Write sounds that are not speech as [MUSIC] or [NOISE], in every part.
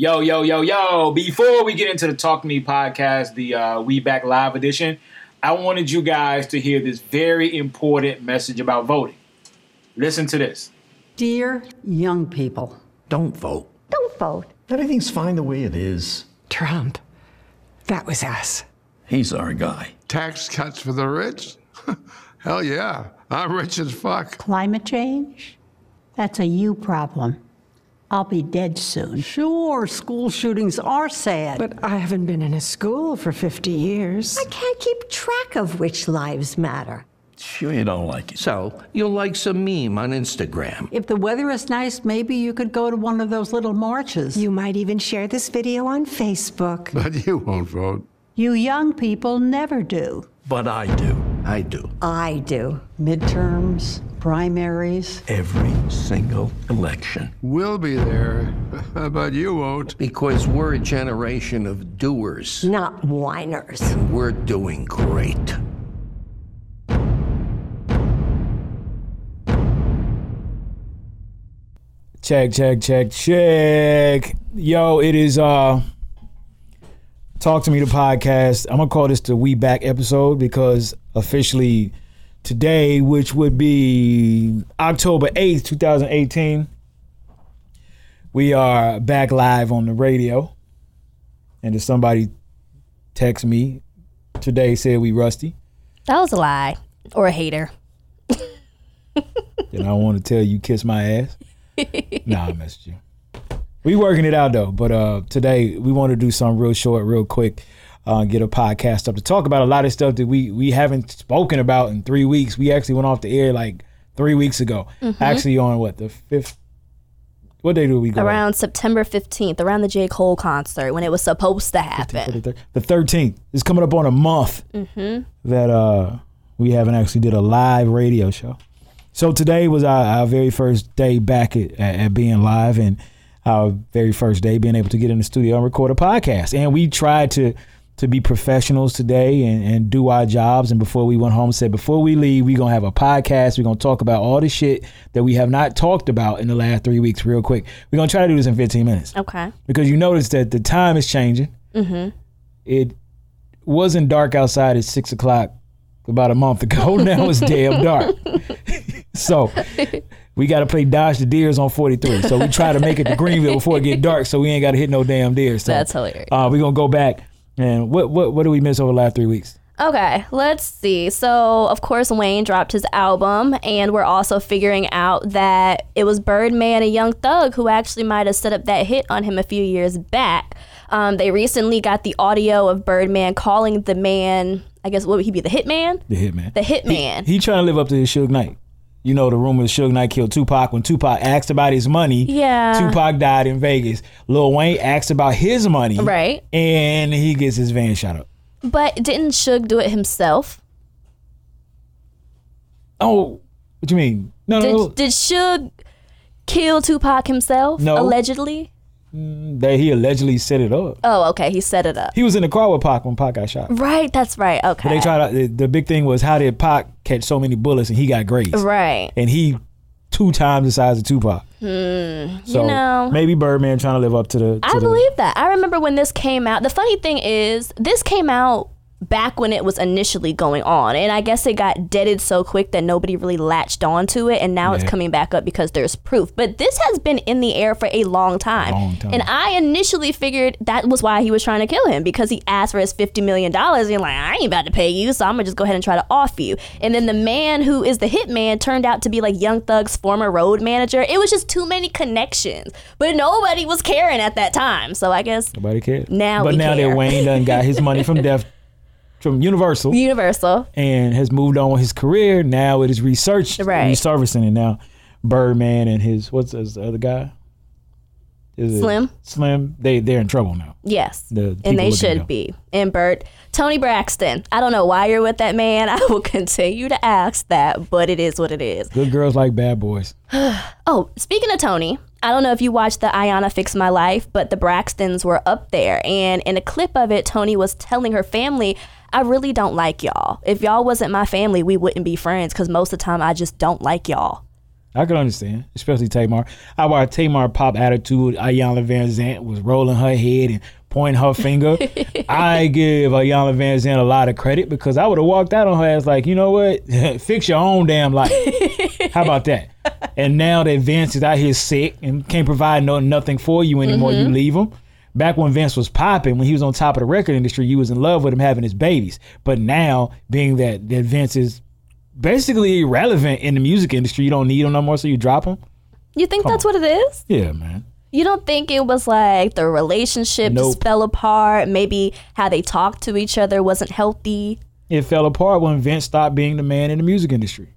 Yo, yo, yo, yo. Before we get into the Talk to Me podcast, the uh, We Back Live edition, I wanted you guys to hear this very important message about voting. Listen to this. Dear young people, Don't vote. Don't vote. Everything's fine the way it is. Trump. That was us. He's our guy. tax cuts for the rich? [LAUGHS] Hell yeah. I'm rich as fuck. [LAUGHS] Climate change? That's a you problem. I'll be dead soon. sure, school shootings are sad. But I haven't been in a school for 50 years. I can't keep track of which lives matter. Sure, you don't like it. So, you'll like some meme on Instagram. if the weather is nice, maybe you could go to one of those little marches. You might even share this video on Facebook. But you won't vote. You young people never do. But I do. I do. I do. midterms, primaries. Every single election. We'll be there, [LAUGHS] but you won't. Because we're a generation of doers. Not whiners. We're doing great. Check, check, check, check. Yo, it is uh Talk to Me the podcast. I'm gonna call this the We Back episode because officially today, which would be October 8th, 2018, we are back live on the radio. And if somebody text me today said we rusty, That was a lie or a hater. then I want to tell you kiss my ass. nah, I messed you. We working it out though, but uh, today we want to do something real short, real quick. Uh, get a podcast up to talk about a lot of stuff that we we haven't spoken about in three weeks. We actually went off the air like three weeks ago. Actually, on what the fifth? What day do we go? on? Around September 15th, around the J. Cole concert when it was supposed to happen. the thir- the 13th is coming up on a month that uh we haven't actually did a live radio show so today was our, our very first day back at, at, at being live and our very first day being able to get in the studio and record a podcast and we tried to to be professionals today and, and do our jobs and before we went home said before we leave we're gonna have a podcast we're gonna talk about all the shit that we have not talked about in the last three weeks real quick we're gonna try to do this in 15 minutes Okay. because you notice that the time is changing. Mm-hmm. It wasn't dark outside at six o'clock about a month ago. [LAUGHS] Now it's damn dark. [LAUGHS] so we got to play dodge the deers on forty three. So we try to make it to Greenville before it get dark, so we ain't got to hit no damn deers. So, That's hilarious. Uh, we gonna go back and what what what do we miss over the last three weeks? Okay, let's see. So, of course, Wayne dropped his album, and we're also figuring out that it was Birdman and Young Thug who actually might have set up that hit on him a few years back. Um, they recently got the audio of Birdman calling the man, I guess, what would he be, the hitman? The hitman. The hitman. He trying to live up to his Suge Knight. You know the rumor that Suge Knight killed Tupac. When Tupac asked about his money, Yeah. Tupac died in Vegas. Lil Wayne asked about his money, Right. And he gets his van shot up. but didn't Suge do it himself? Oh, what you mean? No, no, no, Did, did Suge kill Tupac himself? No. Allegedly? that he allegedly set it up. Oh, okay. He set it up. He was in the car with Pac when Pac got shot. Right. That's right. Okay. But they tried. To, the, the big thing was how did Pac catch so many bullets and he got grazed? right. Hmm, And he two times the size of Tupac. so know. maybe Birdman trying to live up to the. To I the- believe that. I remember when this came out. The funny thing is, this came out back when it was initially going on. And I guess it got deaded so quick that nobody really latched onto it. And now it's Yeah. coming back up because there's proof. But this has been in the air for a long time. Long time. And I initially figured that was why he was trying to kill him because he asked for his $50 million. And you're like, I ain't about to pay you. So I'm going to just go ahead and try to off you. And then the man who is the hitman turned out to be like Young Thug's former road manager. It was just too many connections. But nobody was caring at that time. So I guess Nobody cared. Now but we now care. that Wayne done got his money [LAUGHS] from Def, from Universal, Universal. and has moved on with his career. Now it is researched, Right. resurfacing it now. Birdman and his what's his other guy? Is it Slim? Slim. They they're in trouble now. Yes. The people and they looking should down. be. And Bert, Tony Braxton. I don't know why you're with that man. [LAUGHS] I will continue to ask that, but it is what it is. Good girls like bad boys. Oh, speaking of Tony, I don't know if you watched the Ayana Fix My Life, but the Braxtons were up there. And in a clip of it, Tony was telling her family, I really don't like y'all. If y'all wasn't my family, we wouldn't be friends because most of the time I just don't like y'all. I can understand, especially Tamar. Our Tamar pop attitude, Ayanna Van Zant was rolling her head and pointing her finger. I give Ayanna Van Zant a lot of credit because I would have walked out on her ass like, you know what? [LAUGHS] Fix your own damn life. How about that? And now that Vince is out here sick and can't provide no nothing for you anymore, you leave him. Back when Vince was popping, when he was on top of the record industry, you was in love with him having his babies. But now, being that that Vince is basically irrelevant in the music industry. You don't need them no more, so you drop them. You think that's what it is? Yeah, man. You don't think it was like the relationship Nope. just fell apart? Maybe how they talked to each other wasn't healthy. It fell apart when Vince stopped being the man in the music industry.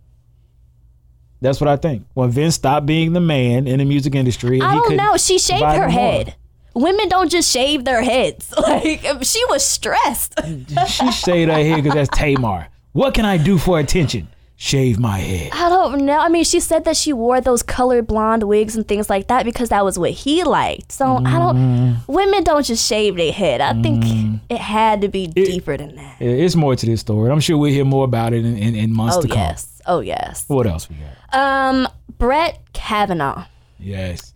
That's what I think. When Vince stopped being the man in the music industry, and I he don't couldn't know. She shaved provide her no more. head. Women don't just shave their heads. [LAUGHS] Like she was stressed. [LAUGHS] She shaved her head because that's Tamar. What can I do for attention? Shave my head. I don't know. I mean, she said that she wore those colored blonde wigs and things like that because that was what he liked. So I don't. Women don't just shave their head. I think it had to be deeper than that. Yeah, It's more to this story. I'm sure we'll hear more about it in, in, in months Oh to come. yes. Oh yes. What else we got? Um, Brett Kavanaugh. Yes.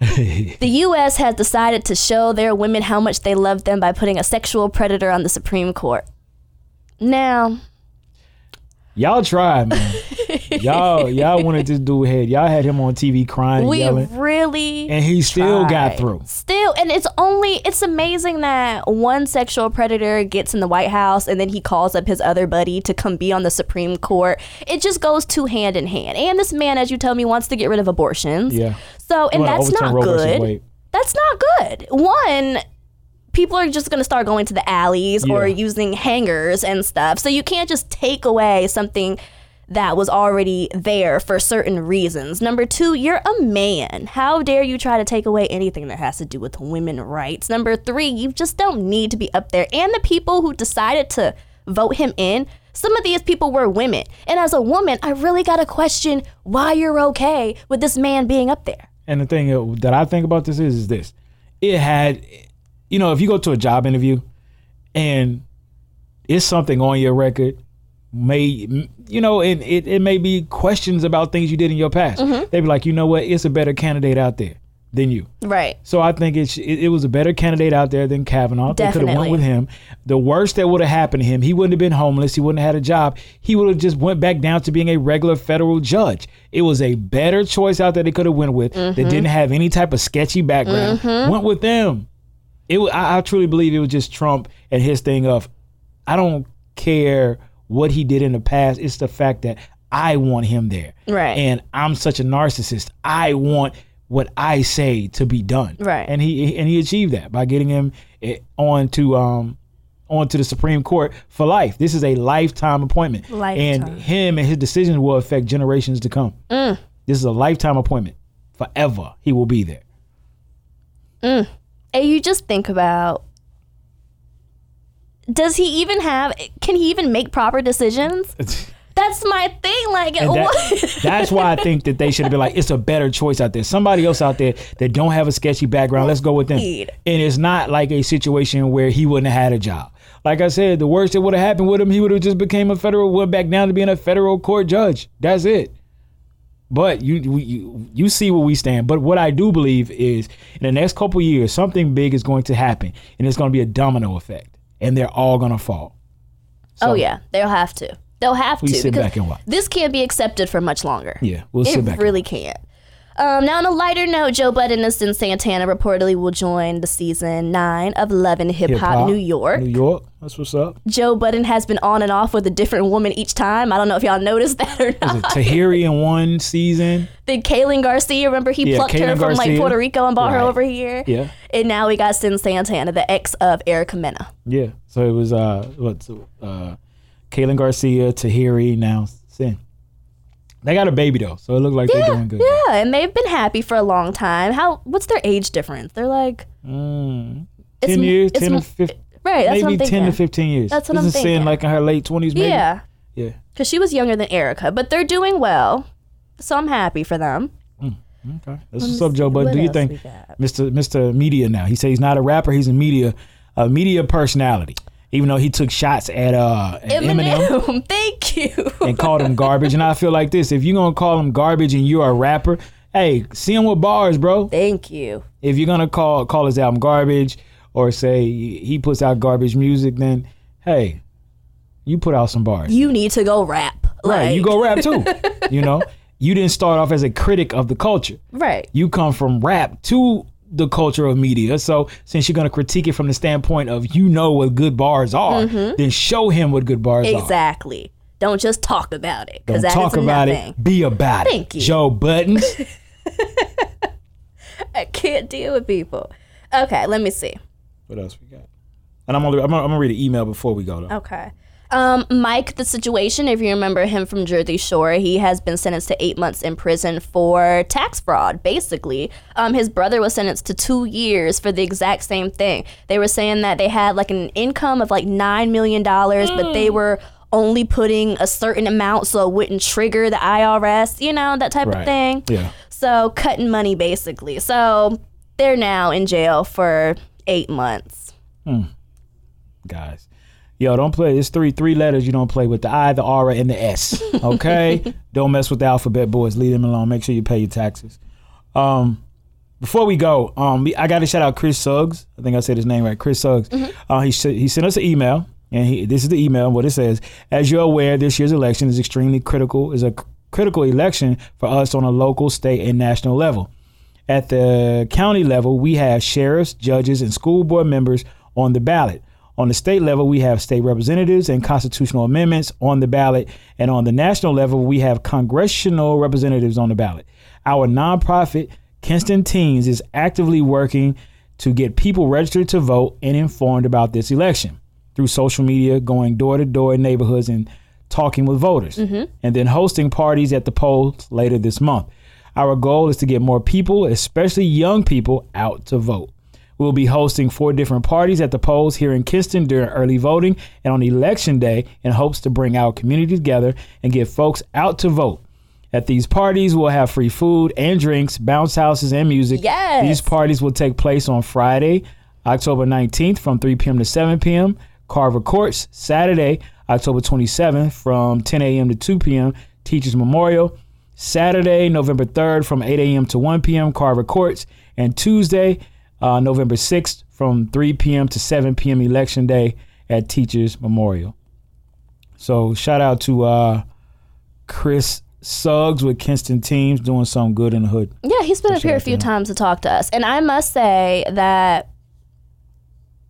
[LAUGHS] The U.S. has decided to show their women how much they love them by putting a sexual predator on the Supreme Court. Now, Y'all tried, [LAUGHS] man. y'all y'all wanted this dude head. Y'all had him on TV crying and we yelling. really and he still got tried. through. Still, and it's only it's amazing that one sexual predator gets in the White House and then he calls up his other buddy to come be on the Supreme Court. It just goes two hand in hand. And this man, as you tell me, wants to get rid of abortions. Yeah. So, and Wanna that's overturn not Roe versus good. Wade. that's not good. One, people are just going to start going to the alleys or Yeah. using hangers and stuff. So you can't just take away something that was already there for certain reasons. Number two, you're a man. How dare you try to take away anything that has to do with women rights? Number three, you just don't need to be up there. And the people who decided to vote him in, some of these people were women. And as a woman, I really got to question why you're okay with this man being up there. And the thing uh, that I think about this is, is this: it had, you know, if you go to a job interview, and it's something on your record, may you know, and it, it may be questions about things you did in your past. Mm-hmm. They'd be like, you know what, it's a better candidate out there than you. Right. So I think it, sh- it it was a better candidate out there than Kavanaugh. They could have went Definitely. with him. The worst that would have happened to him, he wouldn't have been homeless. He wouldn't have had a job. He would have just went back down to being a regular federal judge. It was a better choice out there they could have went with Mm-hmm. that didn't have any type of sketchy background. Went with them. It wa- I, I truly believe it was just Trump and his thing of I don't care what he did in the past. It's the fact that I want him there. Right. And I'm such a narcissist. I want what I say to be done. Right. And he and he achieved that by getting him eh, on to um onto the Supreme Court for life. This is a lifetime appointment. Lifetime. Mm. And him and his decisions will affect generations to come. This is a lifetime appointment. Forever he will be there. and you just think about does he even have can he even make proper decisions that's my thing like And that- [LAUGHS] what? that's why I think that they should have been like, it's a better choice out there. Somebody else out there that don't have a sketchy background, let's go with them. Indeed. And it's not like a situation where he wouldn't have had a job. Like I said, the worst that would have happened with him, he would have just became a federal, went back down to being a federal court judge. That's it. But you, you- you you see where we stand. But what I do believe is in the next couple years, something big is going to happen, and it's going to be a domino effect, and they're all going to fall. oh yeah they'll have to they'll have We to sit because back and watch. this can't be accepted for much longer Yeah, we'll it sit back. and really can't um, now on a lighter note joe budden and Sin santana reportedly will join the season 9 of love and hip hop Hip-hop, new york New York. That's what's up. joe budden has been on and off with a different woman each time i don't know if y'all noticed that or not Was it Tahiri in one season? Then Kaylin Garcia, remember he Yeah, plucked Kaylin her from Garcia. like Puerto Rico and brought her Right. over here. Yeah. And now we got Sin Santana, the ex of Erica Mena. Yeah. So it was uh what uh Kaylin Garcia, Tahiri, now Sin. They got a baby though, so it looked like they're doing Oh, good. Yeah, and they've been happy for a long time. How what's their age difference? They're like it's Ten m- years, it's ten to m- fifteen Right, that's maybe what I'm thinking. ten to fifteen years. That's what Isn't I'm Sin thinking. like in her late twenties, maybe? Yeah. Yeah. Cause she was younger than Erica, but they're doing well. So I'm happy for them. Okay. That's what's up, Joe. But what do you else think Mr. Mr. Media now? He says he's not a rapper, he's a media a media personality. even though he took shots at uh at Eminem Eminem, [LAUGHS] thank you. and called him garbage. And I feel like this: if you're gonna call him garbage and you're a rapper, hey, see him with bars, bro. Thank you. If you're gonna call call his album garbage or say he puts out garbage music, then hey, you put out some bars. You need to go rap. right, Like, you go rap too. you [LAUGHS] know, you didn't start off as a critic of the culture. Right. You come from rap to the culture of media. So since you're gonna critique it from the standpoint of you know what good bars are, then show him what good bars are. Mm-hmm. Exactly. Don't just talk about it. Don't Because that is talk about nothing. it. Be about it. Thank you. Joe Buttons. I can't deal with people. Okay, let me see. what else we got? And I'm gonna, I'm gonna, I'm gonna read an email before we go though. Okay. Um, Mike, the situation, if you remember him from Jersey Shore, he has been sentenced to eight months in prison for tax fraud, basically. Um, his brother was sentenced to two years for the exact same thing. They were saying that they had like an income of like $9 million, but they were only putting a certain amount so it wouldn't trigger the IRS, you know, that type of thing. Yeah. So cutting money, basically. So they're now in jail for eight months. guys. Yo, don't play. It's three three letters. You don't play with the I, the R, and the S. Okay, don't mess with the alphabet, boys. Leave them alone. Make sure you pay your taxes. Um, before we go, um, we- I got to shout out Chris Suggs. I think I said his name right. Chris Suggs. Uh, he sh- he sent us an email, and he this is the email. What it says: As you're aware, this year's election is extremely critical. Is a c- critical election for us on a local, state, and national level. At the county level, we have sheriffs, judges, and school board members on the ballot. On the state level, we have state representatives and constitutional amendments on the ballot. And on the national level, we have congressional representatives on the ballot. Our nonprofit, Kinston Teens, is actively working to get people registered to vote and informed about this election through social media, going door to door in neighborhoods and talking with voters, and then hosting parties at the polls later this month. Our goal is to get more people, especially young people, out to vote. We'll be hosting four different parties at the polls here in Kinston during early voting and on election day in hopes to bring our community together and get folks out to vote. At these parties, we'll have free food and drinks, bounce houses, and music. Yes. These parties will take place on Friday, October 19th from 3 p.m. to 7 p.m. Carver Courts, Saturday, October 27th from 10 a.m. to 2 p.m. Teachers Memorial. Saturday, November 3rd from 8 a.m. to 1 p.m. Carver Courts. And Tuesday, uh, November 6th from 3 p.m. to 7 p.m. Election Day at Teachers Memorial. So shout out to uh, Chris Suggs with Kinston Teams doing something good in the hood. Yeah, he's been up here a few times to talk to us. And I must say that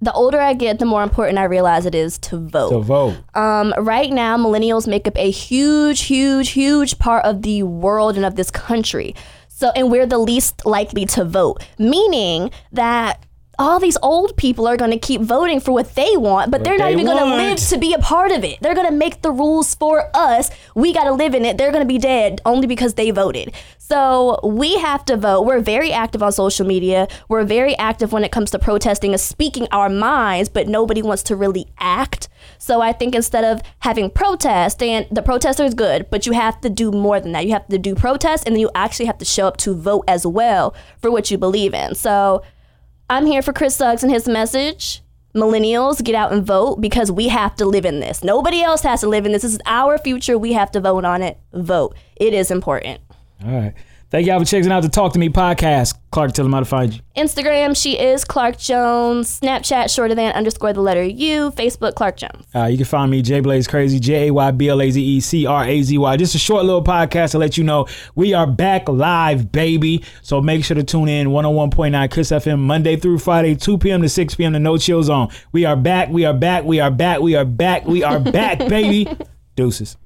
the older I get, the more important I realize it is to vote. To vote. Um, right now, millennials make up a huge, huge, huge part of the world and of this country. So, and we're the least likely to vote, meaning that all these old people are going to keep voting for what they want, but they're not they even going to want. live to be a part of it. They're going to make the rules for us. We got to live in it. They're going to be dead only because they voted. So we have to vote. We're very active on social media. We're very active when it comes to protesting and speaking our minds, but nobody wants to really act. So I think instead of having protest, and the protester is good, but you have to do more than that. You have to do protest, and then you actually have to show up to vote as well for what you believe in. So I'm here for Chris Suggs and his message. Millennials, get out and vote because we have to live in this. Nobody else has to live in this. This is our future. We have to vote on it. Vote. It is important. All right. Thank y'all for checking out the Talk to Me podcast. Clark, tell them how to find you. Instagram, she is Clark Jones. Snapchat, shorter than underscore the letter U. Facebook, Clark Jones. Uh, you can find me, J Blaze Crazy, J A Y B L A Z E C R A Z Y. Just a short little podcast to let you know we are back live, baby. So make sure to tune in 101.9 Kiss FM Monday through Friday, 2 p.m. to 6 p.m. to No Chill Zone. We are back, we are back, we are back, we are back, we are back, [LAUGHS] baby. Deuces.